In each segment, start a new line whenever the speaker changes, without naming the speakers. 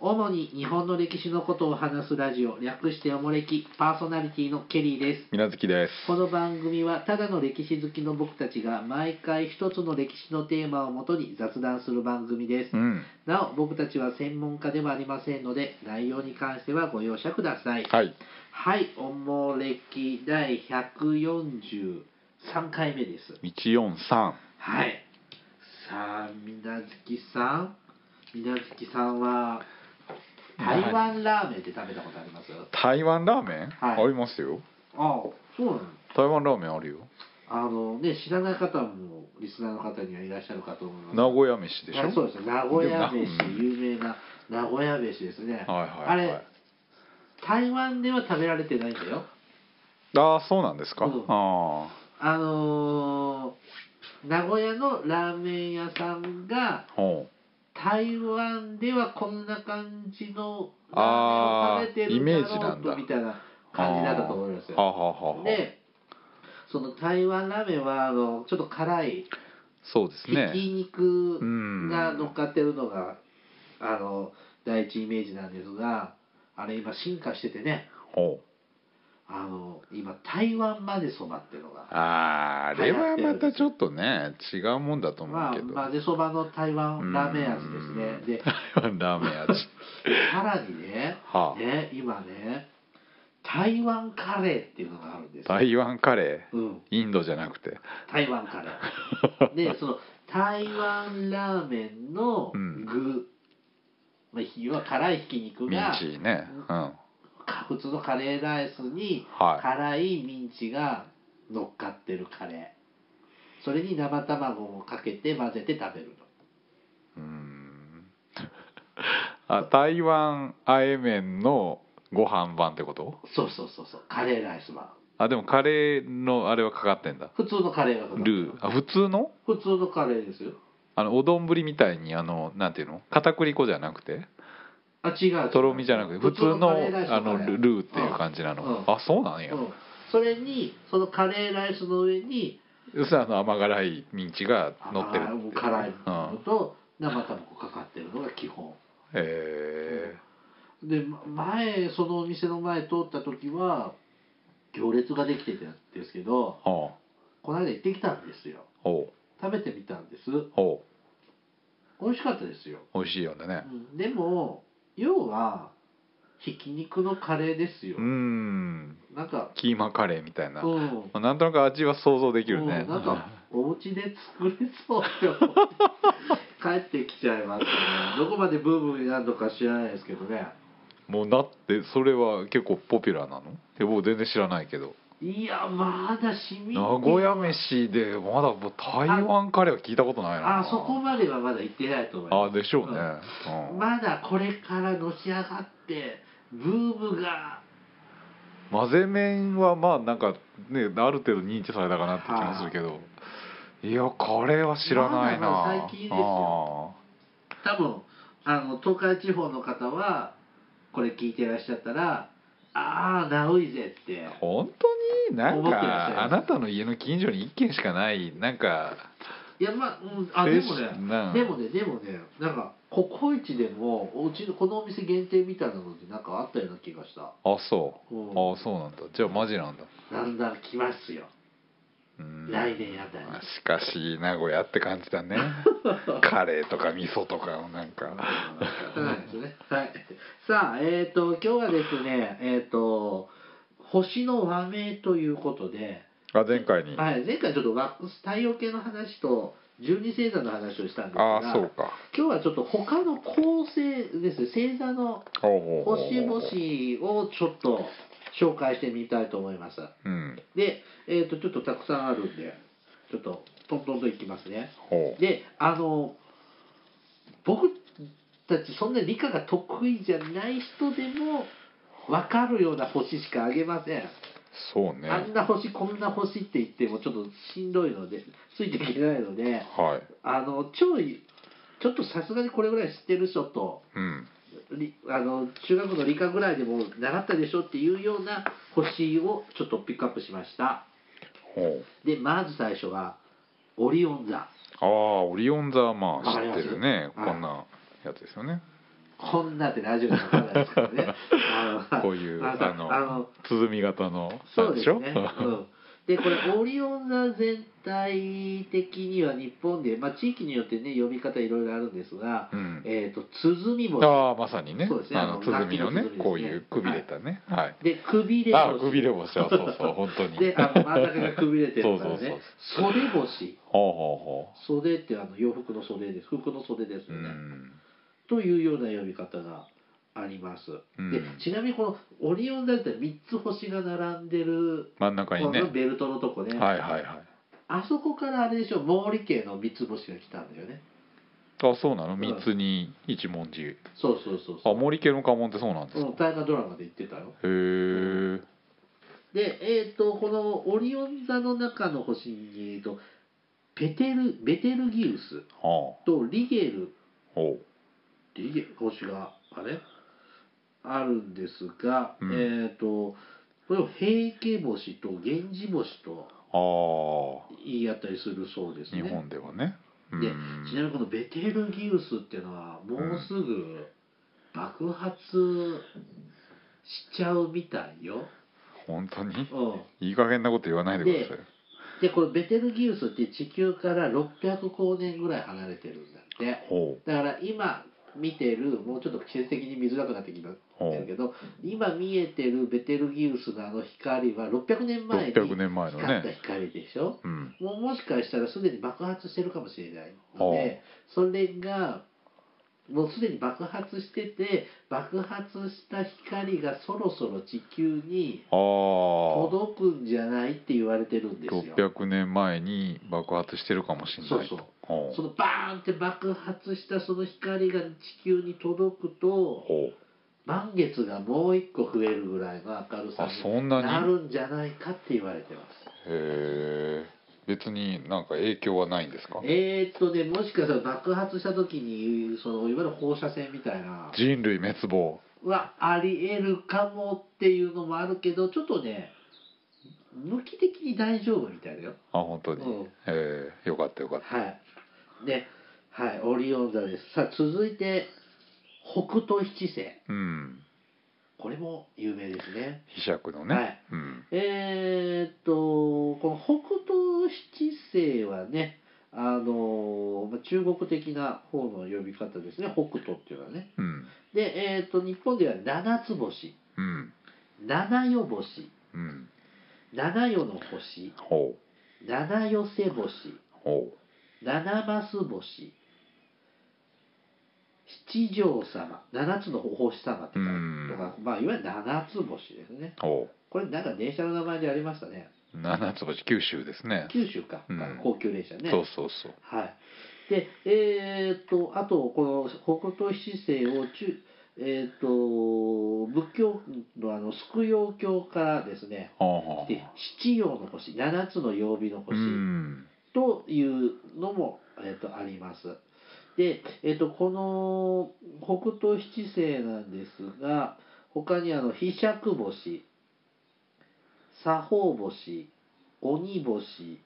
主に日本の歴史のことを話すラジオ略しておもれきパーソナリティのケリーです
みなずきです。
この番組はただの歴史好きの僕たちが毎回一つの歴史のテーマをもとに雑談する番組です
うん。
なお僕たちは専門家ではありませんので内容に関してはご容赦ください
はい。
はい、おもれき第143回目です。
一四三。
はい。さあ、みなずきさん。みなずきさんは、台湾ラーメンって食べたことあります
台湾ラーメン、
はい
ありますよ。
ああ、そうなの
台湾ラーメンあるよ。
あのね、知らない方も、リスナーの方にはいらっしゃるかと思います。
名古屋飯でし
あ
ょ。
そうです。名古屋
で
飯
もな、うん
有名な名古屋飯ですね。
はいはいはい。
あれ、台湾では食べられてないんだよ。
ああそうなんですか。
うん
あ
あのー名古屋のラーメン屋さんが
あ。ほう。
台湾ではこんな感じのラーメンを
あ
食
ー
べてるんだ
イメージ
ろ
な
うんと
だ
みたいな感じだったと思いますよ。
はあはあはあはあ。
でその台湾ラーメンはあのちょっと辛い
そうです
ひき
ね。
肉
うん
が乗っかってるのが、あの第一イメージなんですがあれ今進化しててね
ほう。
あの今台湾までそばっていうのが
あああれはまたちょっとね違うもんだと思
ま
う
あ、
けど。
混ぜそばの台湾ラーメン味ですね。
うん
で、
台湾ラーメン味。
さらに ね、
はあ
ね今ね、台湾カレーっていうのがあるんですよ。
台湾カレー。
うん、
インドじゃなくて。
台湾カレ ー。で、その台湾ラーメンの具、
うん
まあ、要は辛いひき肉
ミン
が、
チね。うん。
か普通のカレーライスに
はい
辛いミンチが乗っかってるカレー。それに生卵をかけて混ぜて食べるの。
うーんあ台湾あえ麺のご飯版ってこと
そうそうそうそう、カレーライスは。
あでもカレーのあれはかかってんだ
普通のカレーがかかってる
ルーあ普通の
普通のカレーですよ
あのお丼みたいにあのなんていうの片栗粉じゃなくて
あ違う違う
とろみじゃなくて普通の
カレーライス
あの
カレ
ルルーっていう感じなの、
うん
あそうなんや、
うんそれにそのカレーライスの上に
要するにあの甘辛いミンチが乗ってる
あーも
っ
う
て
辛い
うん
のと生卵かかってるのが基本
え
でま前そのお店の前通った時は行列ができてたんですけど
ー、ほ
この間行ってきたんですよ
うほ
食べてみたんです
うほ
美味しかったですよ、
う美味しいよね
うんでも要はひき肉のカレーですよ、
うーん
なんか
キーマカレーみたいな、
うん
まあなんとなく味は想像できるね、
うんなんか お家で作れそうよ帰ってきちゃいましたねどこまでブームになるのか知らないですけどね
もうだってそれは結構ポピュラーなのえ僕全然知らないけど
いやまだ市民
名古屋飯でまだもう台湾カレーは聞いたことないな
あそこまではまだ行ってないと思いま
あでしょうね、
す
うん
まだこれからのし上がってブームが
混ぜ麺はまあなんかねある程度認知されたかなって気もするけどいやカレーは知らないな、
まだまだ最近ですよ多分あの東海地方の方はこれ聞いてらっしゃったらああナウイぜって
あー本当になん
思ってらっしゃいま
か
す
あなたの家の近所に一軒しかないなんか
いやまあ、うん、あ
え
でもね
な
でもね、でもね、なんか、ココイチでも、おうちのこのお店限定みたいなので、なんかあったような気がした。
あそう
うん
あそうなんだじゃあマジなんだ
だんだん来ますよ。
うん
来年あたり。
まあしかし名古屋って感じだ ねカレーとか味噌とかをなんか
はいですね。はい。さあ、えっ、と、今日はですね、えっ、と、星の和名ということで、
あ前回に、
はい、前回ちょっとワックス太陽系の話と、十二星座の話をしたんですが、
ああそうか
今日はちょっと他の構成ですね、星座の
ほうほうほう
星々をちょっと紹介してみたいと思います。
うん
で、えー、とちょっとたくさんあるんでちょっとトントンといきますね
ほう
であの僕たちそんな理科が得意じゃない人でも分かるような星しかあげません、
そうね
あんな星こんな星って言ってもちょっとしんどいのでついていけないので
はい
あの超いちょっとさすがにこれぐらい知ってる人と
うん
りあの中学の理科ぐらいでも習ったでしょっていうような星をちょっとピックアップしました。
ほう
でまず最初はオリオン座
ああオリオン座はま
わ
あ
かり
知っ
ま
て
す
るね
はい
こんなやつですよね
こんなってラジオに書かないですけど ねあの
こういう
あ
あ
のあ
の
の
鼓型の
そうです
なん
ね、
し
う
ょ
ん、でこれオリオン座全体的には日本で、まあ、地域によってね呼び方いろいろあるんですが、
うん
えー、と鼓餅
ああまさにね
そうですね
あ
あ
の
の
鼓のね
楽器の鼓ですね
こういうくびれたねはい、
でくびれ
ああくびれ
星
星はそうそう本当に
であの真ん中がくびれてるからね
そうそう
袖星
ほうほ
袖ってあの洋服の袖です服の袖です
うほうう
よね、
ん
というような呼び方があります、
うん
でちなみにこのオリオン座って3つ星が並んでる
真ん中に
こ
ね
のベルトのとこね、
はいはいはい
あそこからあれでしょ毛利家の三つ星が来たんだよね
あそうなの三つに一文字
そうそうそう
あ
そう
森家の家紋ってそうなんですか、
うん大河ドラマで言ってたよ
へえ
でえっ、とこのオリオン座の中の星に、えー、とペテルベテルギウス
はあ
とリゲル
ほう
リゲ星があれあるんですが、
うん
えっ、とこれを平家星と源氏星と
ああ
言い合ったりするそうですね
日本ではねうん
でちなみにこのベテルギウスっていうのはもうすぐ爆発しちゃうみたいよ、
本当に
うん、
いい加減なこと言わないでください
でこのベテルギウスって地球から600光年ぐらい離れてるんだって
ほう
だから今見てるもうちょっと季節的に見づらくなってきま
ほ
てる
う
けど今見えてるベテルギウスのあの光は600年前に
600年前の
光った
ね
光でしょ、
うん
もうもしかしたらすでに爆発してるかもしれないの
は
でそれがもうすでに爆発してて爆発した光がそろそろ地球に
ああ
届くんじゃないって言われてるんですよ。
600年前に爆発してるかもしれないと
そうそう
ほ
そのバーンって爆発したその光が地球に届くと
ほう
満月がもう一個増えるぐらいの明るさ
あ
に
そんなに
なるんじゃないかって言われてます。
へえ別になんか影響はないんですか
えー、っとねもしかしたら爆発した時にそのいわゆる放射線みたいな
人類滅亡
はありえるかもっていうのもあるけどちょっとね向き的に大丈夫みたいだよ
あ本当に、
うん
ええよかったよかった
はいではいオリオン座ですさあ続いて北斗七星
うん
これも有名ですね
被釈のね、
はい
うん
えー、っとこの北斗七星はねあのまあ中国的な方の呼び方ですね北斗っていうのはね
うん
で、えー、っと日本では七つ星
うん
七夜星
うん
七夜の星
ほう
七寄せ星
ほ
七マス星七条様七つのお星様って書いてある
うん
だからまあいわゆる七つ星ですね
うほ
これなんか電車の名前でありましたね
う七つ星九州ですね
九州か、
うん
高級電車ね
そうそうそう
はいでえー、っとあとこの北斗七星を中えー、っと仏教のあの救養教からですね
ほうほう
で七曜の星七つの曜日の
う
星、
ん
というのも、えっとあります。で、えっとこの北斗七星なんですが他にあの飛釈星作法星鬼星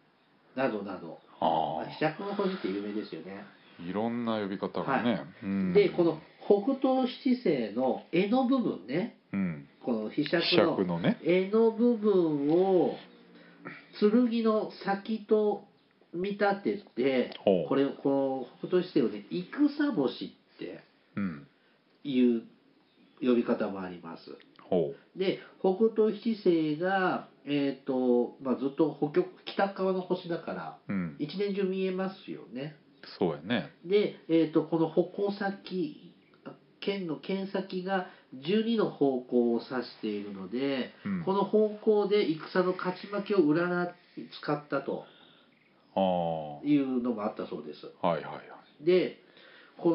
などなどま
あ
あ飛釈の星って有名ですよね。
あいろんな呼び方がね、うん
でこの北斗七星の柄の部分ね
うん
この飛釈
被
の
釈のね
柄の部分を剣の先と見立てて
ほう
これこの北斗七星をね戦星って
うん
いう呼び方もあります
ほ
で北斗七星が、えーとまあ、ずっと北極北側の星だから
ううん
一年中見えますよね
そうやね
で、えー、とこの矛先剣の剣先が12の方向を指しているので
うん
この方向で戦の勝ち負けを占い使ったと
ああは
いうのもあったそうです
いはいはい
でこ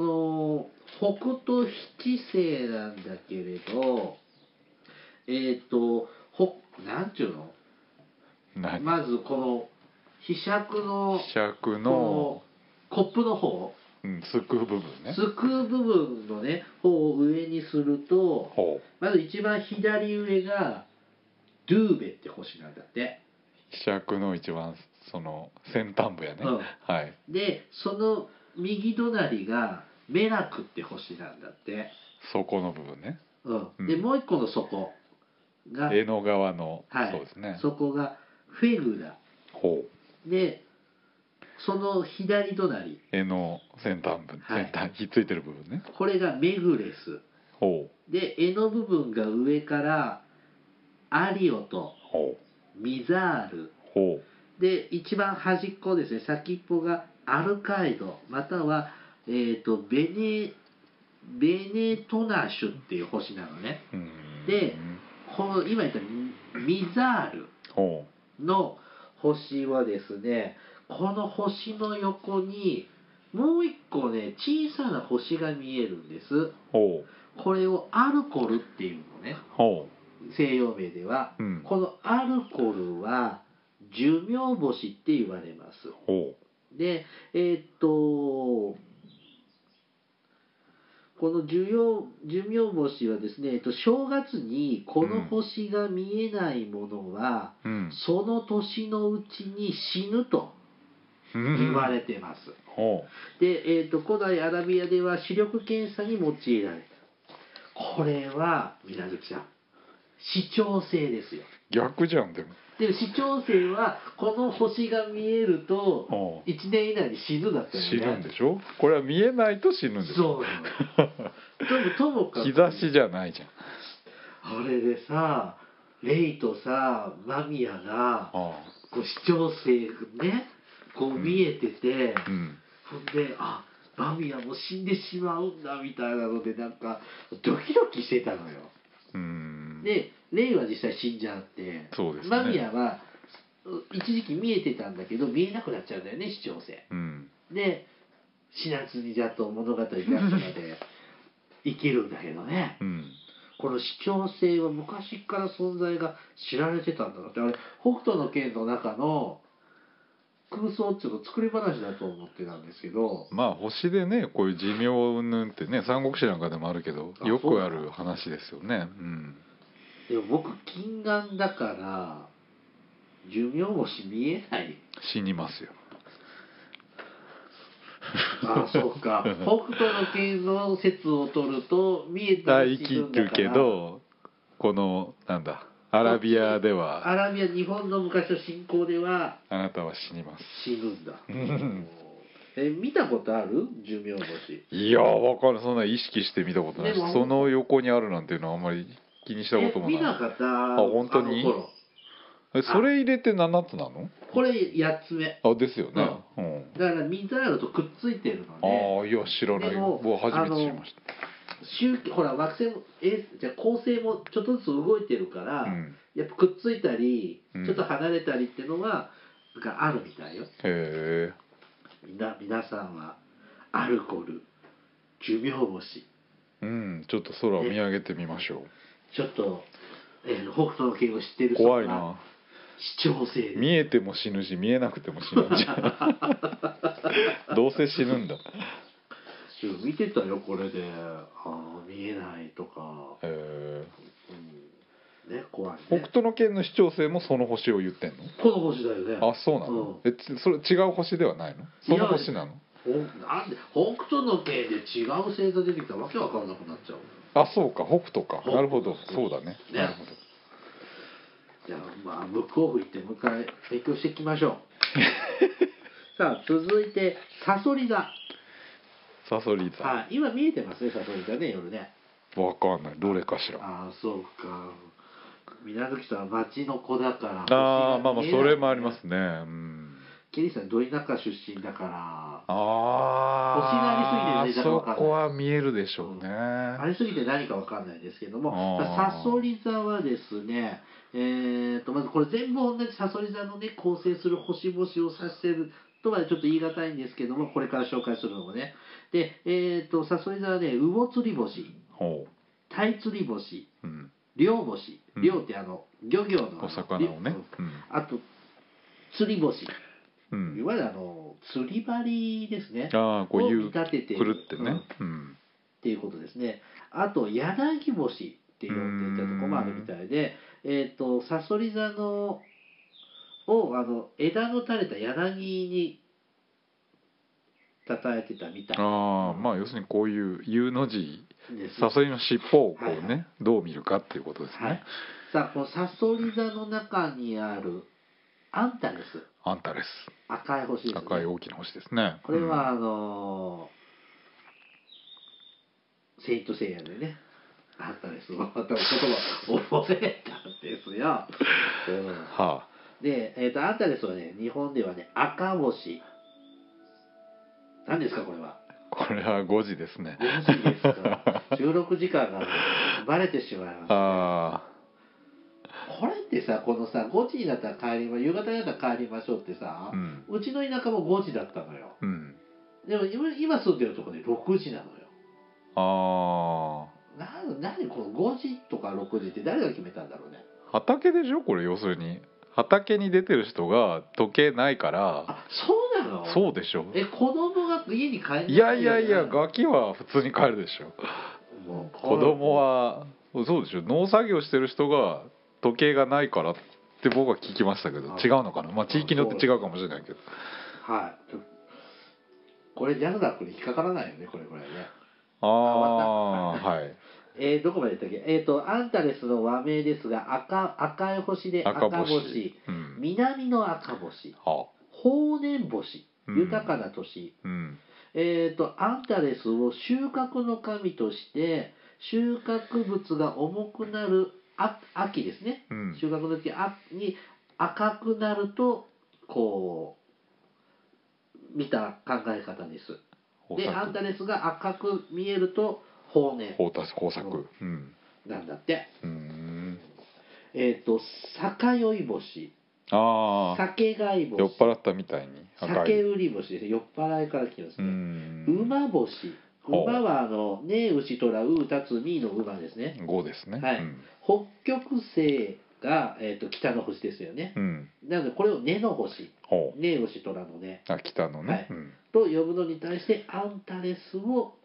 の北斗七星なんだけれどえっ、とほなんちゅうの
何
まずこの飛釈の
希
こ、
釈の
のコップの方
うん、すくう部分ね
すくう部分のね方を上にすると
ほう
まず一番左上がドゥーベって星なんだって
希釈の一番その先端部やね、
うん
はい
でその右隣がメラクって星なんだって
そこの部分ね
うん、で
うん
もう一個の底が、
江の川の、
はい
そうですね
そこがフェグラ
ほう
でその左隣
江の先端部、
はい
先端ひっついてる部分ね
これがメグレス
ほう
で柄の部分が上からアリオと
ほう
ミザール
ほ
で一番端っこですね先っぽがアルカイドまたは、えー、とベネベネトナシュっていう星なのね
ううん
でこの今言ったミミザール
ほ
の星はですねこの星の横にもう一個ね小さな星が見えるんです
うほう
これをアルコルっていうのね
ほ
西洋名では
ううん
このアルコルは寿命星って言われます
ほ
でえーっとこの寿命寿命星はですね、えっと、正月にこの星が見えないものは、
ううん
その年のうちに死ぬと言われてます、
ほ
で、えー、と古代アラビアでは視力検査に用いられたこれは水無月さん視聴性ですよ
う逆じゃんでも
で視聴性はこの星が見えると
ほう
1年以内に死ぬだったよね
死ぬんでしょこれは見えないと死ぬんでしょ
そう なのともともかく
日差しじゃないじゃん
あれでさレイとさ間宮が
あ
こう視聴性ねこう見えてて、
あうん
ほんで、あバミヤも死んでしまうんだみたいなので、なんか、ドキドキしてたのよ。
うん
で、レイは実際死んじゃって、
そうですね
バミヤは、う一時期見えてたんだけど、見えなくなっちゃうんだよね、視聴性。
うん
で、死なずにだと物語ラストまで生きるんだけどね。
うん
この視聴性は昔から存在が知られてたんだなって、あれ、北斗の拳の中の空想っていうの作り話だと思ってたんですけど、
まあ星でねこういう寿命云々ってね三国志なんかでもあるけど
あ
よくある話ですよねうん
でも僕金眼だから寿命星見えない
死にますよ
ああそう か北斗の拳の説を取ると見えて
あ
る
生
自
き
分だ
る
から
けどこのなんだアラビアでは
アラビア日本の昔の信仰では
あなたは死にます
死ぬんだ
うん
え見たことある寿命星
いやーわかるそんな意識して見たことないし
でも
その横にあるなんていうのはあんまり気にしたこと
え
も
見な
ない
かったあ
本当に
の頃
えそれ入れて7つなの
これ8つ目
あですよねうん
だからミザールとくっついてるので
ああいや知らない
でも
僕初めて知りまし
周期ほら惑星もえじゃあ恒星もちょっとずつ動いてるから、
たうん
やっぱくっついたり、
うん
ちょっと離れたりってのはがあるみたいよ
へえ
みんな皆さんはアルコール寿命星
うんちょっと空を見上げてみましょ
ちょっと、えー北斗の拳を知って
う
る人
怖い
は
な
視聴性
見えても死ぬし見えなくても死ぬんじゃ んどうせ死ぬんだへ
うん見てたよこれでああ見えないとか、
え
うん、ね怖い
北
ね
斗の拳の視聴性もその星を言ってんの
この星だよね
あそうなの、えちそれ違う星ではないのその星なの
ほなんで北斗の拳で違う星座出てきたらわけわかんなくなっちゃう
あそうか北斗か
北斗
なるほどそうだね
ね
なるほど
じゃあまあブックオフ行ってもう一回勉強していきまし ょうさあ続いてサソリ座
サソリ座わ、
はい今見えてますねサソリ座ね夜ね
かんないどれかしら
ああそうか水無月さんは町の子だから
あーまあまあそれもありますすねうん
ケリーさんど田舎出身だから
あ
星が
あ
ありすぎて全然わかんない
そこは見えるでしょうね、
ありすぎて何かわかんないですけども
あー
サソリ座はですねえー、とまずこれ全部同じサソリ座のね構成する星々を指してるとはちょっと言い難いんですけどもこれから紹介するのもねでえー、とサソリ座はね魚釣り星
ほ
鯛釣り星
う、うん、
漁星
うん
漁ってあの、漁業のあの
お魚をね
うんあと釣り星
うん、うん
いわゆるあの釣り針ですね
ああこう
を
い
見
う
立ててい
く
る
るって
うん
ね
っ
うん
ていうことですねあと柳星って呼んでいたとこもあるみたいでえっ、とサソリ座のをあの枝の垂れた柳に叩いてたみたい
ああまあ要するにこういう U の字
です
サソリの尻尾をこう
はいは
ねどう見るかっていうことです
はい
ね。
さあこのサソリ座の中にあるアンタレス
アンタレス
赤い星です、ね、
赤い大きな星ですね。
これはあ
うん
のーセイントセイヤでねあったですまた言葉覚えたんですよ、うん
は
で、えー、とアンタレスはね日本ではね赤星何ですかこれは
あこれは5時ですね。
5時ですか 収録時間がバレてしまいます
あ
これってさこのさ5時になったら帰りま夕方になったら帰りましょうってさ
あ、うん
うちの田舎も5時だったのよ
うん
でも今今住んでるとこね6時なのよ
あ
な何この5時とか6時って誰が決めたんだろうね
あ畑でしょこれ要するに畑に出てる人が時計ないから
あそうなの
そうでしょ。
え子供が家に帰んない
いやいやいやガキは普通に帰るでしょ。
もう
子供はそうでしょ農作業してる人が時計がないからって僕は聞きましたけど
あ
違うのかなまあ地域によって違うかもしれないけど
はいこれジャルダックに引っかからないよねこれこれね
ああ
あ
はい
えーどこまで言ったっけえっ、とアンタレスの和名ですが赤赤い星で
赤
赤
星
星
うん
南の赤星
あ
豊年星
うん
豊かな年、
うん
えっ、とアンタレスを収穫の神として収穫物が重くなるあ秋ですね
うん
収穫の時あに赤くなるとこう見た考え方ですでアンタレスが赤く見えると法年
豊作豊作うん
なんだって
うん
えっ、と酒酔い星
ああ
酒買い
酔っ
星
払ったみたいに赤
酒
い
売り星ですね酔っ払いから来てます
う
ね、
ん
馬星
ほう
馬はあの「ねえ牛とらうたつみ」の馬ですね
五ですね
はい
うん
北極星が、えー、と北の星ですよね
うん
なのでこれを「ねの星」
ほ
「ねえ牛とらのね」
うあ北の
はい
ねうん
と呼ぶのに対してアンタレスを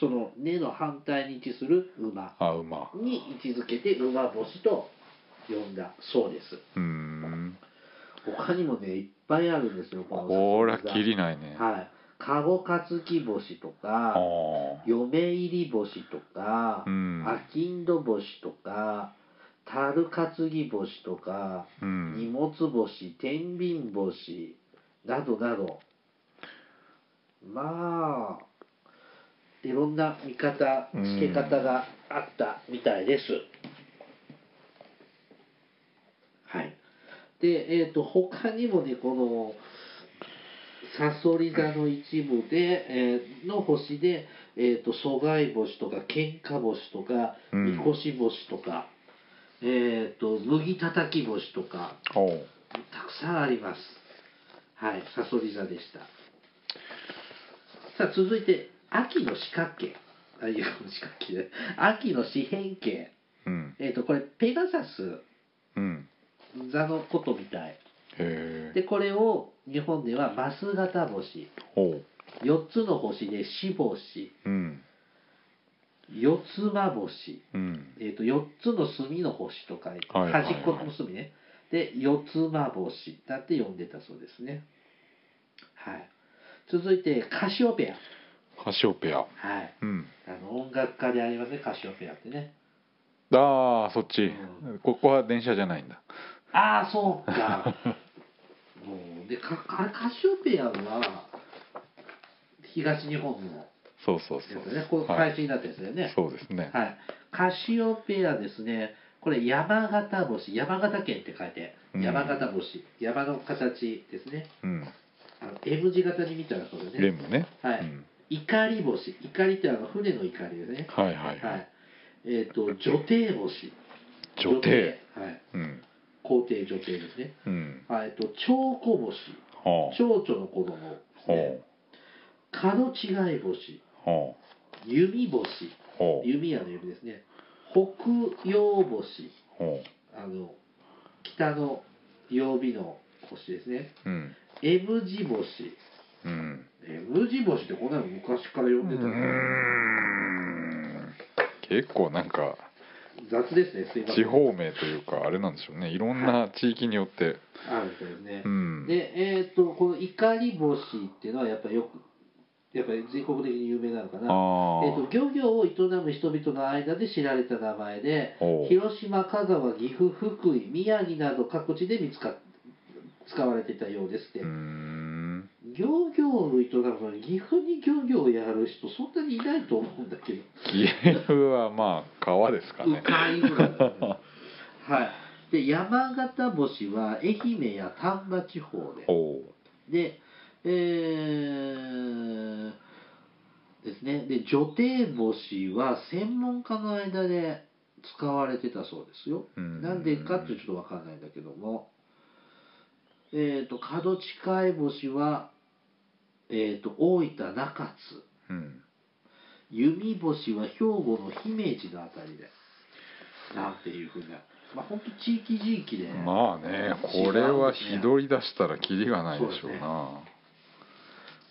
その根の反対に位置する馬
あ馬
に位置づけて馬星と呼んだそうです
うん
他にもねいっぱいあるんですよ
これは
き
きりないねあ
はい籠担ぎ星と
あ
か嫁入り星とか
う、ん
あきんど星とか樽担ぎ星とか、
うん
荷物星天秤星などなどまあいろんな見方
うん
付け方があったみたいです、はいでえっ、と他にもねこのサソリ座の一部で、えーの星で、えー、と疎外星とか喧嘩星とか
うん
みこし星とか、えー、と麦叩き星とか
おう
たくさんありますはいサソリ座でしたさあ続いて秋の四角形あいや四角形じゃない秋の四辺形
うん
えっ、とこれペガサス
うん
座のことみたい
へえ
でこれを日本ではマス型星
おう
4つの星で四星
うん
四つま星、
うん
えー、と4つの隅の星と書いて、
はいはいはい
端っこの隅ねで四つま星だって呼んでたそうですねはい続いてカシオペ
カシオペア
アはい
うん
あの音楽家でありますねカシオペアってね
ああそっち、
うん
ここは電車じゃないんだ
ああそう かもうでかかカシオペアは東日本の
そうそう
です
そう
よねこう
はい
開始になったやつだよね、
そうですね、
はい、カシオペアですね、これ山形星、山形県って書いて、
うん
山形星、山の形ですね。
うん
あの M 字型に見たらそうだね。
レムね、
はい
うん、
怒り星、怒りってあの船の怒りですね。
はいはい
はい。えっ、と、女帝星。
女帝。
はい。
うん
皇帝女帝ですね。
うん
はい、えっ、と、蝶子星、
ほう
蝶々の子供です
ほ
ね
う。
角違い星、
ほ
弓星、
うほう
弓矢の弓ですね。北洋星。
ほ
あの北の曜日の星ですね。
ううん
M 字星。
うん
M 字星ってこんなの昔から呼ん
う
でたの、
ん結構なんか
雑ですね、すいません。
地方名というかあれなんでしょうねいろんな地域によって、
あるんですね
う。ん
で、えっ、と、この怒り星っていうのはやっぱよくやっぱり全国的に有名なのかな、
あ
えっと漁業を営む人々の間で知られた名前で
あおう
広島香川岐阜福井宮城など各地で見つかっ使われていたようですって、
うーん
漁業を営むのに岐阜に漁業をやる人そんなにいないと思うんだけど
岐阜はまあ川ですかね
うかいぐらいだねはいで山形星は愛媛や丹波地方で
お お
で、えー、ですね。で、女帝星は専門家の間で使われてたそうですよ。
うん
なんでかってちょっとわかんないんだけども、えっ、と、角近い星は、えっ、と、大分中津、
うん
弓星は兵庫の姫路のあたりで、なんていうふうな、まあ、本当地域地域で、
まあねこれはひどり出したらキリがないでしょうな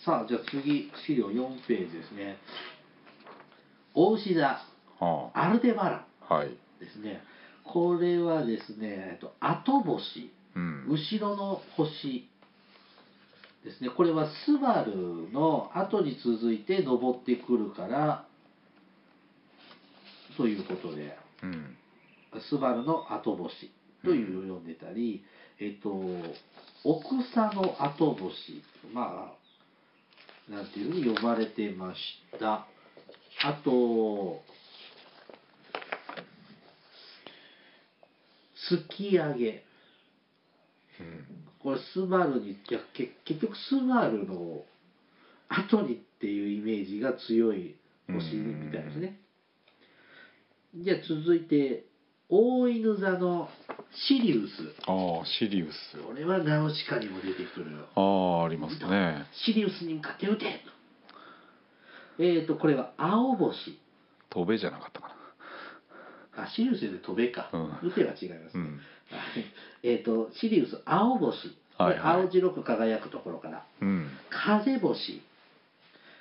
さあ、じゃあ次、資料4ページですね。大牛座、
は
アルデバラ
あはい
ンですね。これはですね、えっと後星、
うん
後ろの星ですね。これはスバルの後に続いて登ってくるから、ということで、
うん
スバルの後星というのを呼んでたり、えっと、奥佐の後星、まあ、なんていうふうに呼ばれてました。あと、すき上げ。
うん
これ、スバルに、いやけ結局、スバルの後にっていうイメージが強い星みたいですね。じゃあ続いて、大犬座のシリウス。
ああシリウス
これはナウシカにも出てくる。
ああありますね
シリウスに向かって撃てえーと、これは青星。
飛べじゃなかったかな
あ、シリウスで飛べか。
うん
撃ては違います
う
ね。
ん
はいえーと、シリウス、青星。
はい
で
はい
青白く輝くところから。
うん
風星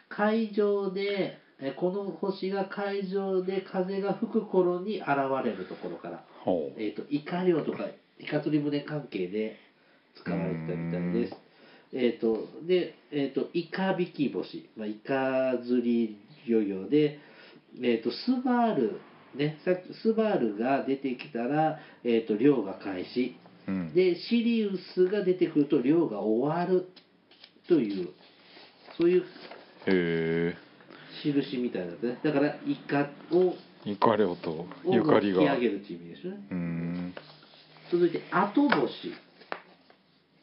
海上でえこの星が海上で風が吹く頃に現れるところから、
ほう
えー、とイカ漁とかイカ釣り船関係で使われてたみたいです
う。
えー、とで、えー、とイカ引き星、まあ、イカ釣り漁業で、えー、とスバル、ね、さっきスバルが出てきたら、えー、と漁が開始
うん
でシリウスが出てくると量が終わるというそういう
へ
印みたいなんですねだからイカを
えイカリョと
を
ゆかりが
引き上げるという意味ですよね
うーん
続いて後星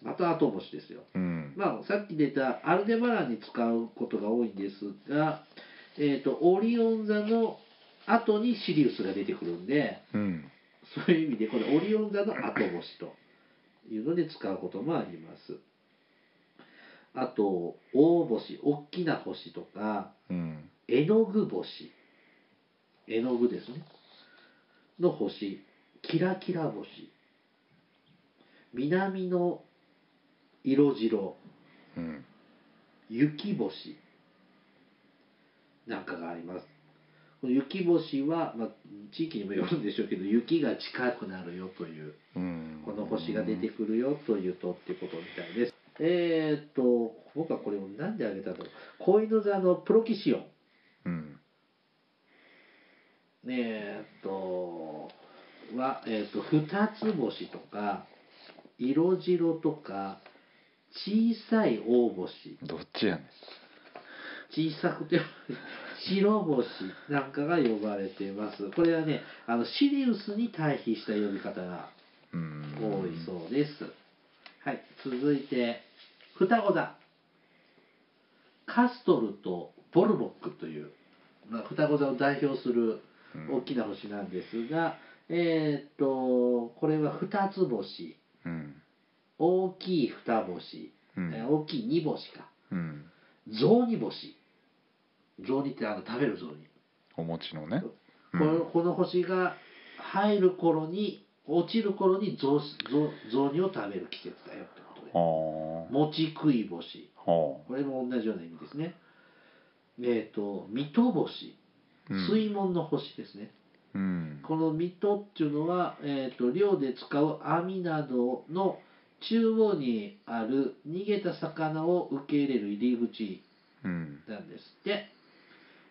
また後星ですよ
うん
まあさっき出たアルデバランに使うことが多いんですがえっ、とオリオン座の後にシリウスが出てくるんで
うん
そういう意味でこれオリオン座の後星というので使うこともあります。あと大星大きな星とか
うん
絵の具星絵の具ですねの星キラキラ星南の色白
うん
雪星なんかがあります。この雪星は、まあ、地域にもよるんでしょうけど雪が近くなるよという
うん
この星が出てくるよというとっていうことみたいです。えー、っと僕はこれを何であげたんだろう小犬座のプロキシオン
うん
えー、っとは、えー、っと二つ星とか色白とか小さい大星
どっちやねん
小さくて 白星なんかが呼ばれてますこれはねあのシリウスに対比した呼び方が
う
多い
ん
そうです。はい、続いて、双子座。カストルとボルボックという、まあ、双子座を代表する
うん
大きな星なんですが、えーっと、これは二つ星、
うん
大きい二星、
う
えー
ん
大きい二星か、
うん
雑煮星。雑煮ってあの食べる雑煮。
お餅のね
このこの星が入る頃に、落ちる頃に雑雑雑煮を食べる季節だよってことで。
は
餅食い星
あは
これも同じような意味ですねえっ、と水戸星
あ
水門の星ですね、
うん
この水戸っていうのは、えー、と漁で使う網などの中央にある逃げた魚を受け入れる入り口
うん
なんですって。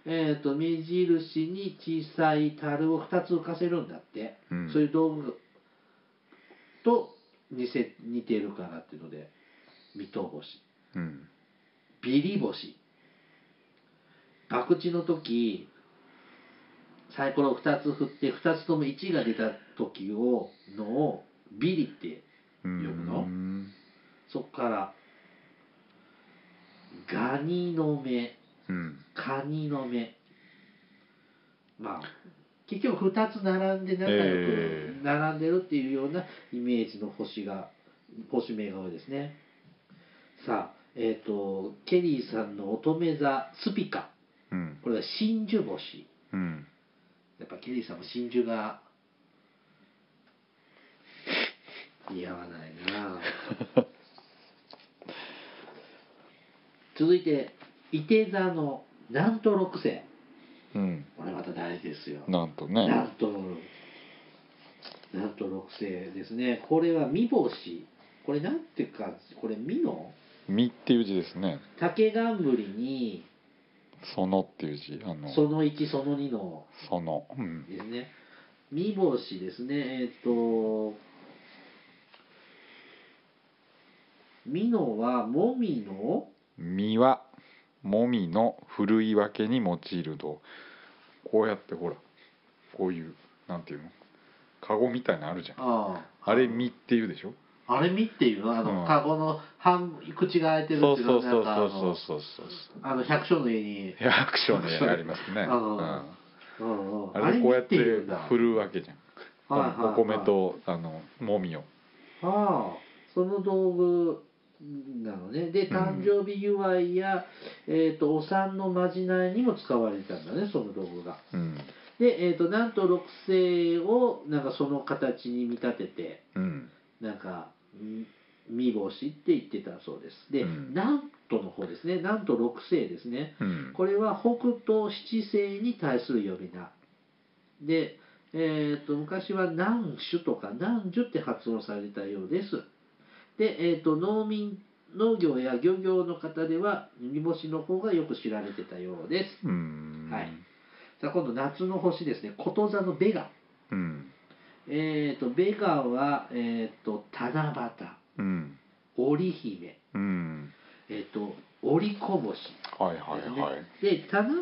えー、と目印に小さい樽を2つ浮かせるんだって、
うん
そういう道具と似せ似てるかなっていうので三等星
うん
ビリ星博打の時サイコロを2つ振って2つとも1が出た時をのをビリって
うん
呼ぶのそこからガニの目
うん
カニの目まあ結局2つ並んで仲良
え
く並んでるっていうようなイメージの星が星名が多いですねさあえっ、とケリーさんの乙女座スピカ
うん
これは真珠星
うん
やっぱケリーさんも真珠が似合わないなあ続いて伊手座のなんと6世
うん
これまた大事ですよ。
なんと
な
ね
んと、なんと六星ですね。これは未星。これなんていうか、これ未の
「み」っていう字ですね
竹冠に、
「その」っていう字あの
その1、その2の
「その」うん
ですね。未星ですね。えっ、と、美濃はもみの
「み」は「もみ」のふるい分けに用いるとこうやってほらこういうなんていうのカゴみたいなのあるじゃん
あ
あれ「み」っていうでしょ
あれ見っていうのあの、
うん
カゴの半口が開いて
そ
る
う
って
そ
いうう
そ
の
うそ
な
う
んか
そ
あの
うそうそうそう
あの百姓の家に
いやアクションねありますね、
あ
う
の
ん、
うんうん
あれでこうやって
あれ見いうんだ
振るわけじゃん
はいはいはい
お米とあのもみを
ああその道具なのねで
うん
誕生日祝いや、えー、とお産のまじないにも使われたんだねその道具が
うん
で、えー、となんと六星をなんかその形に見立てて
うん
なんかん見星って言ってたそうですで、
うん
なんとの方ですねなんと六星ですね
うん
これは北東七星に対する呼び名で、えー、と昔は南種とか南樹って発音されたようですで、えー、と農民農業や漁業の方では煮干しの方がよく知られてたようです
うん
はいさあ今度夏の星ですねこと座のベガ
うん
えー、とベガは、えー、と七
うん
夕織姫
うん
えっ、と織小星
はいはいはい
で七夕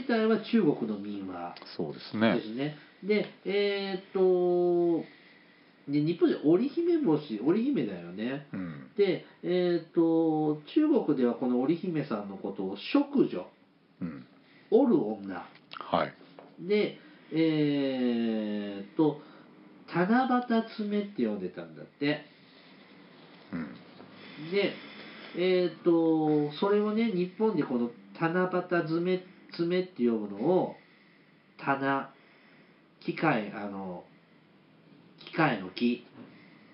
自体は中国の民話
そうです
で
ね
すね。で、えーっと、で日本で織姫星、織姫だよね。
うん
で、えーっと、中国ではこの織姫さんのことを職女、
うん
織る女。
はい
で、えーっと、七夕爪って呼んでたんだって。
うん
で、えーっと、それをね、日本でこの七夕爪、爪って呼ぶのを、棚、機械、あの、機械の木、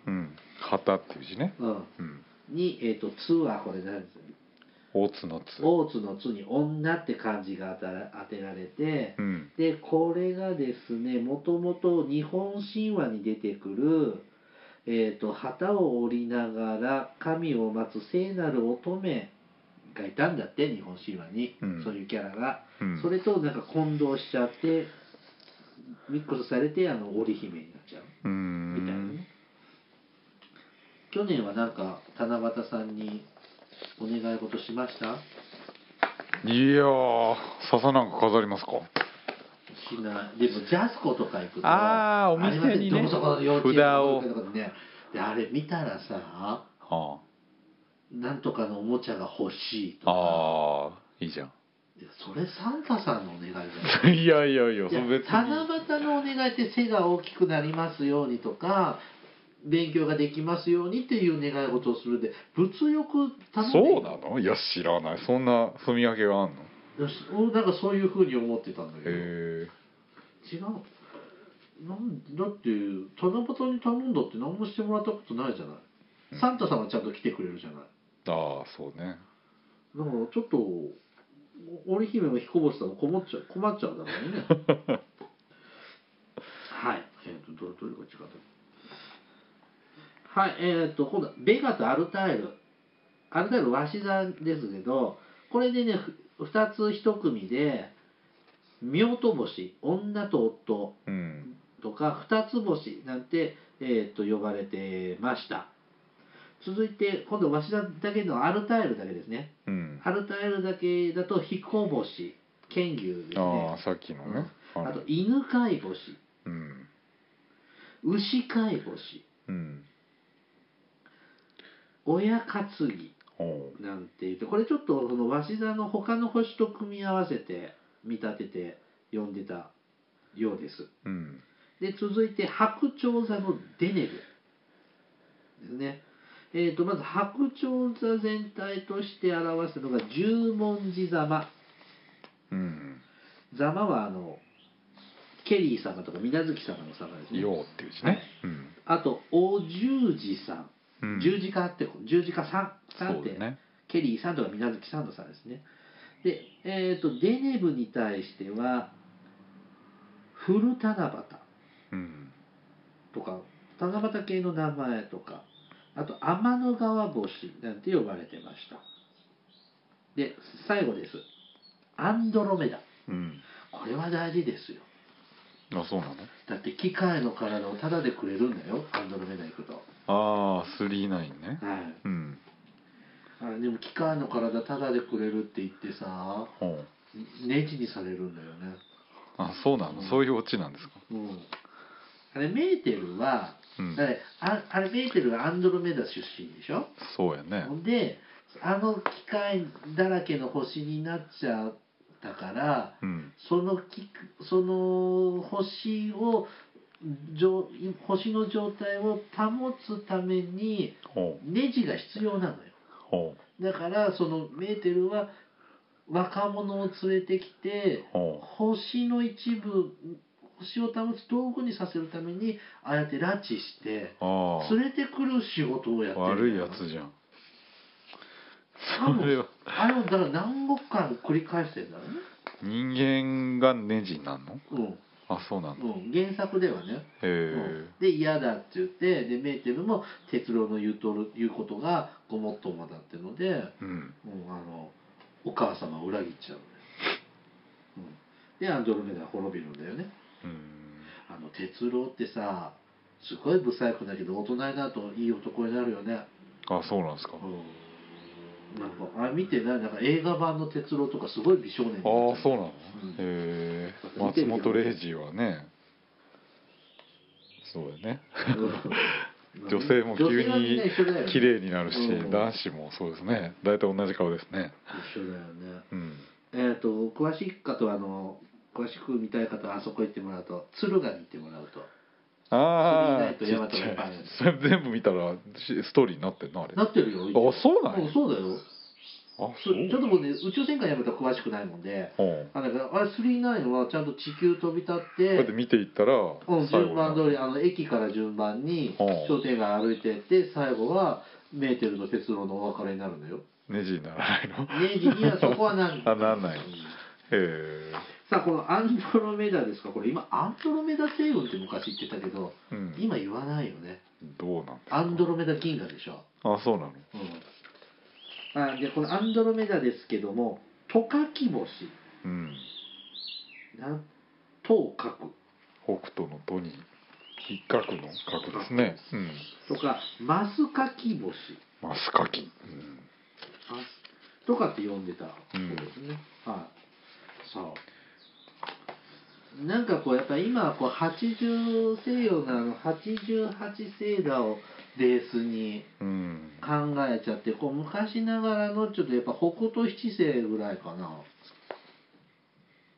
うん旗っていう字ね
うん、
うん
に、えーっと、つはこれ何です
大津の津
大津のつに女って漢字が当たら当てられて、
うん
で、これがですね、もともと日本神話に出てくる、えー、と旗を織りながら神を待つ聖なる乙女がいたんだって日本神話に、
うん
そういうキャラが、
うん
それとなんか混同しちゃってミックスされてあの織姫になっちゃう
う
みたいなね、
ん
去年はなんか七夕さんにお願い事しました
いやー笹なんか飾りますか
しないでもジャスコとか行くと
あーお店にね
ありますよどこそこの幼稚園
札
の
を
とかでねであれ見たらさ
は
なんとかのおもちゃが欲しいとか
あああいいじゃ
いやそれサンタさんのお願いじゃない
ん いやいやいや
い
そ
や
れ別に
七夕のお願いって背が大きくなりますようにとか勉強ができますようにっていう願い事をするで物欲頼んでいい
そうなのいや知らないそんな住み分けがあんの
よし俺なんかそういうふうに思ってたんだけど違う
へえ
なんだって七夕に頼んだって何もしてもらったことないじゃない、サンタさんはちゃんと来てくれるじゃない
ああそうね
だからちょっと織姫も彦星さんも困っちゃう困っちゃうだろうね はいえっ、とどどれが違ったはいえっ、と今度はベガとアルタイルアルタイル和紙座ですけどこれでねふ2つ1組で「夫婦星」「女と夫
うん」
とか「二つ星」なんて、えーと呼ばれてました続いて今度鷲田だけのアルタイルだけですね
うん
アルタイルだけだと「彦星」「剣牛」です
ああ
ね
さっきのね、
あ
あ
と
の
「犬飼い星」
うん
「牛飼い星」
うん
「親担ぎ」
おう
なんて言ってこれちょっとその鷲田の他の星と組み合わせて見立てて読んでたようです
うん
で続いて白鳥座のデネブですねえー、とまず白鳥座全体として表すのが十文字ざま
うん
ざまはあのケリー様とか水無月様の様ですね
ようっていう字ねうん
あとお十字さん、
うん
十字架って十字架さんさん
そ
っ
う
て、
だね
ケリーさんとか水無月さんのさんですね。で、えっ、と、デネブに対しては、フル七夕
うん
とか、七夕系の名前とか、あと、天の川星なんて呼ばれてました。で、最後です。アンドロメダ。
うん
これは大事ですよ。
あそうなの
だって、機械の体をタダでくれるんだよ、アンドロメダ行くと。
ああ39ね
はい。
うん
あでも、機械の体タダでくれるって言ってさ、
ほう
ネジにされるんだよね。
あそうなの、
うん
そういうオチなんですか
うんあれメーテルは、
うん
あれああれメーテルはアンドロメダ出身でしょ、
そうやね
ほんであの機械だらけの星になっちゃったから
うん
その機その星を状星の状態を保つために
ほ
ネジが必要なのよ
うほう
だからそのメーテルは若者を連れてきて
ほ
星の一部星を保つ道具にさせるためにああやって拉致して
うああ
連れてくる仕事をやって
悪
る
い
んだよ
やつじゃん
多分
それは
あれをだから何億回も繰り返してんだろ
人間がネジになんの
うね
あそうなんだ、
うん、
へ
うん、原作ではね、
え
うん、で嫌だって言ってでメーテルも哲郎の言うとる言うことがごもっともだってので、
うん
うん、あのお母様を裏切っちゃうのよ、うん、でアンドロメダは滅びるんだよね
うん
あの哲郎ってさすごい不細工だけど大人になるといい男になるよね
あそうなんですか、
うんなんかあれ見てないなんか映画版の哲郎とかすごい美少年になっちゃ
ああそうなの、
うん
へえ
見て
松
る
本零士はねそうやね
うん
女性も急
女性はみん
に
な一緒だよね
綺麗になるし、
うん
男子もそうですね大体同じ顔ですね
一緒だよね
うん
えっ、と詳しい方はあの詳しく見たい方はあそこ行ってもらうと敦賀に行ってもらうと
ああ
スリーナイトヤマトのパン
それ全部見たらしストーリーになってんのあれ
な
あ
ってるよ
そうなんや
うんそうだよ
あ
そ
そう
うちょっと僕ね宇宙戦艦やめたら詳しくないもんで
うん
あだからあれ39はちゃんと地球飛び立っ
こうやってて見ていったら
うん、
最後
順番通りあの駅から順番に商店街歩いてって最後はメーテルと鉄郎のお別れになるんだよ
ネジにならないのへ
明治にはそこはなん
あなんない
うん
え
さあこのアンドロメダですかこれ今アンドロメダ星雲って昔言ってたけど
うん
今言わないよね
どうなんだ
アンドロメダ銀河でしょ、
あそうなの
うん、あでこのアンドロメダですけどもトカキ星
うん
なん等角
北斗の都に一角の角ですねうん
とかマスカキ星
マスカキうん
あとかって呼んでたそうですね、はいさあなんかこうやっぱ今こう80西洋のあの88星座をベースに
うん
考えちゃってこう昔ながらのちょっとやっぱ北斗七星ぐらいかな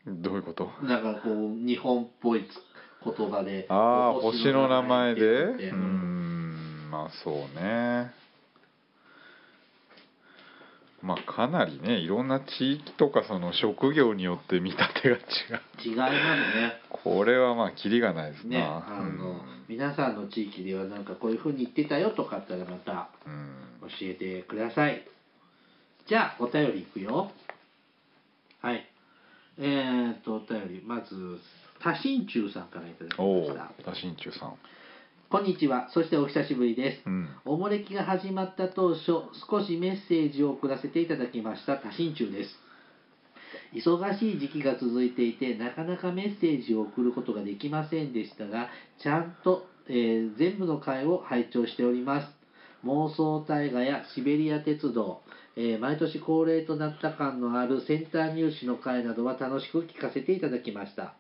どういうこと
なんかこう日本っぽいつ言葉で
ああ
こう
星の名前で
って言って
う
うん
んまあそうねまあかなりねいろんな地域とかその職業によって見立てが違う
違いなのね
これはまあキリがないですな、
ねあの、皆さんの地域ではなんかこういうふうに言ってたよとかあったらまた
うん、
教えてくださいじゃあお便りいくよはいえー、っとお便りまず多心中さんからいただきま
おお
した
多心中さん
こんにちは。そしてお久しぶりです。
うん
おもれきが始まった当初、少しメッセージを送らせていただきました。多心中です。忙しい時期が続いていて、なかなかメッセージを送ることができませんでしたが、ちゃんと、えー全部の回を拝聴しております。妄想大河やシベリア鉄道、えー毎年恒例となった感のあるセンター入試の回などは楽しく聞かせていただきました。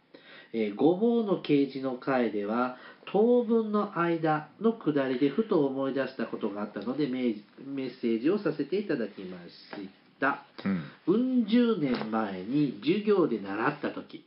えーごぼうの啓示の回では当分の間の下りでふと思い出したことがあったのでメージメッセージをさせていただきました
うん
うん十年前に授業で習った時、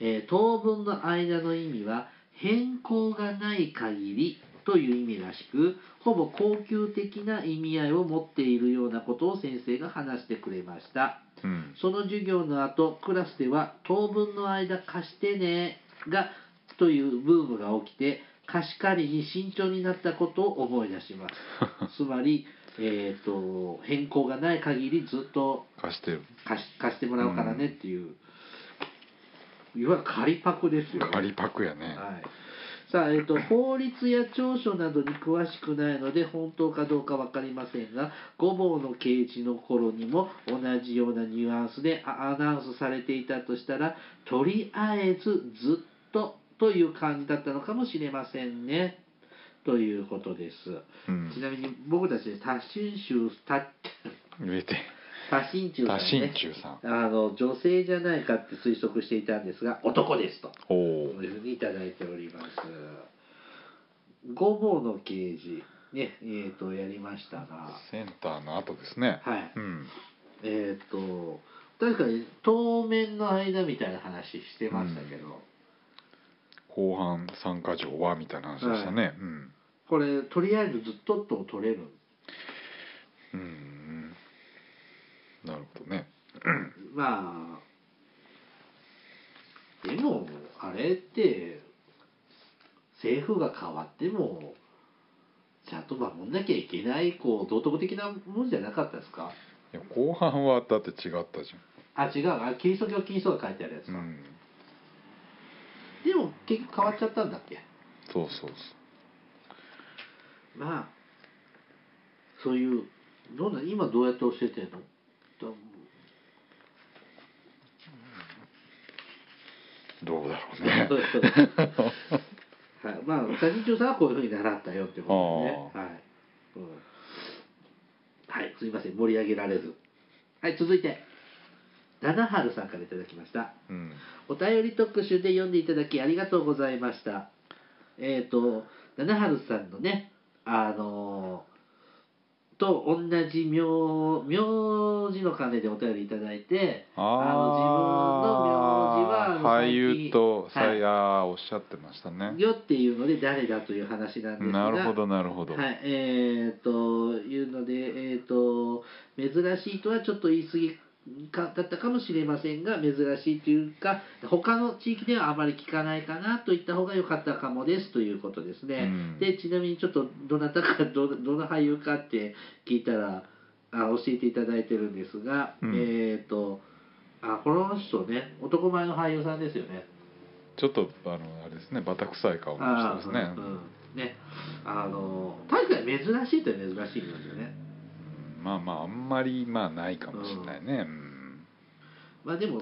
えー当分の間の意味は変更がない限りという意味らしくほぼ恒久的な意味合いを持っているようなことを先生が話してくれました
うん
その授業の後、クラスでは当分の間貸してねがというブームが起きて、貸し借りに慎重になったことを思い出します。つまり、えっ、と、変更がない限りずっと
貸してる
貸し貸してもらうからねっていう、いわゆる借りパクですよね。
仮パクやね、
はい、さあ、えっと法律や調書などに詳しくないので本当かどうか分かりませんが五坊の啓示の頃にも同じようなニュアンスであアナウンスされていたとしたらとりあえずずっとという感じだったのかもしれませんね。ということです。
うん
ちなみに僕たちね多心中多
言えて
多心中
多
さん
心
ね
中さん
あの女性じゃないかって推測していたんですが男ですと。
お
と
お
いうふうにいただいております。ごぼうの刑事、ね、えっ、と、やりましたが、
センターの後ですね
はい。
うん
えっ、と、確かに当面の間みたいな話してましたけど、
後半参加条はみたいな話でしたね、うん
これ、とりあえずずっとと取れる。
うんなるほどね
まあ、でも、あれって、政府が変わっても、ちゃんと守んなきゃいけない、こう、道徳的なもんじゃなかったですか
いや後半はだって違ったじ
あ、違う。あ、キリスト教キリストが書いてあるやつ
ゃん、
か、
うん、
でも結局変わっちゃったんだっけ
そうそうそう
まあ、そういう、どうなん今どうやって教えてんのと
どうだろうね
そうそうはい、まあ、歌人中さんはこういうふうに習ったよってことですね。はい。うん、はい、すみません。盛り上げられず。はい、続いて。七春さんからいただきました。
うん
お便り特集で読んでいただきありがとうございました。えっ、と、七春さんのね、あのーと同じ名名字の関連でお便りいただいて、あの自分の名字は
俳優とさ
はい
や、あーおっしゃってましたね
よっていうので誰だという話なんですが、
なるほどなるほど、
はい、えー、というので、えー、と珍しいとはちょっと言い過ぎかだったかもしれませんが珍しいというか他の地域ではあまり聞かないかなといった方が良かったかもですということですね、
うん
でちなみにちょっとどなたかどどの俳優かって聞いたらあ教えていただいてるんですが、
うん
えー、とあこの人ね男前の俳優さんですよね
ちょっとあのあれですねバタ臭い顔の人
あ
です
ー
ね、
うんうんねあの確かに珍しいとは珍しいんですよね
うんまあまああんまりまあないかもしれないね、うん
まあでも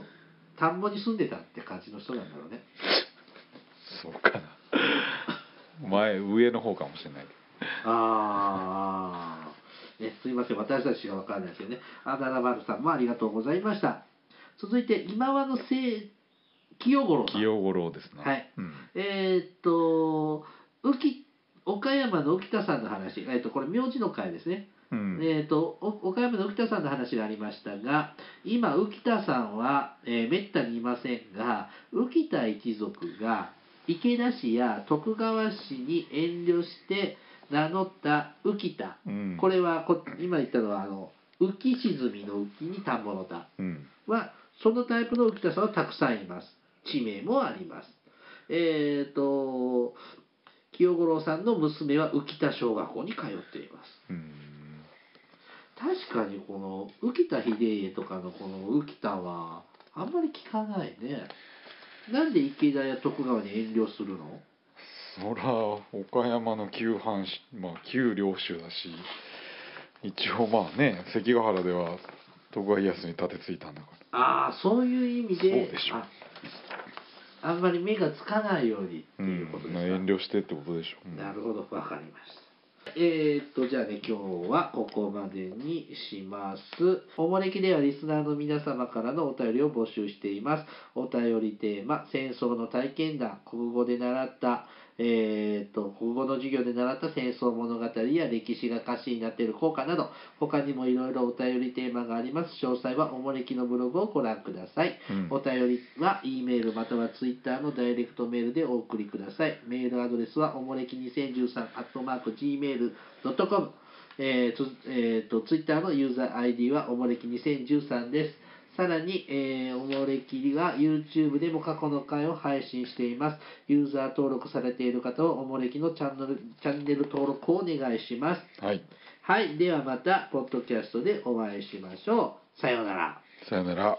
田んぼに住んでたって感じの人なんだろうね
そうかな前上の方かもしれないけ
ああ、ね、すいません私たちが分からないですよねあダラバルさんもありがとうございました続いて今和の清清五郎
ど
さん
清五郎ですね
はい、
うん
えーっと浮き岡山の浮田さんの話、えーっとこれ名字の会ですね
うん
えー、とお岡山の浮田さんの話がありましたが今浮田さんは、えー、めったにいませんが浮田一族が池田氏や徳川氏に遠慮して名乗った浮田
うん
これはこ今言ったのはあの浮き沈みの浮きに田んぼの田
うん
はそのタイプの浮田さんはたくさんいます地名もありますえっ、と清五郎さんの娘は浮田小学校に通っています
うん
確かにこの浮田秀家とかのこの浮田はあんまり聞かないねなんで池田や徳川に遠慮するの
そら岡山の旧藩しまあ旧領主だし一応まあね関ヶ原では徳川家康に立てついたんだから
ああそういう意味で
そうでしょ
ああんまり目がつかないようにって
う
い
ん
うことです
ま
か、
あ遠慮してってことでしょ、うん
なるほどわかりましたえー、っとじゃあね今日はここまでにしますおもれきではリスナーの皆様からのお便りを募集していますお便りテーマ戦争の体験談国語で習ったえー、っと国語の授業で習った戦争物語や歴史が歌詞になっている効果など他にもいろいろお便りテーマがあります詳細はおもれきのブログをご覧ください
うん
お便りは E メールまたは Twitter のダイレクトメールでお送りください。メールアドレスはおもれき2013アットマーク Gmail.com、えーつえーと Twitter のユーザー ID はおもれき2013です。さらに、えーおもれきは YouTube でも過去の回を配信しています。ユーザー登録されている方はおもれきのチャンネルチャンネル登録をお願いします。
はい
はい、ではまた、ポッドキャストでお会いしましょう。さようなら。
さよなら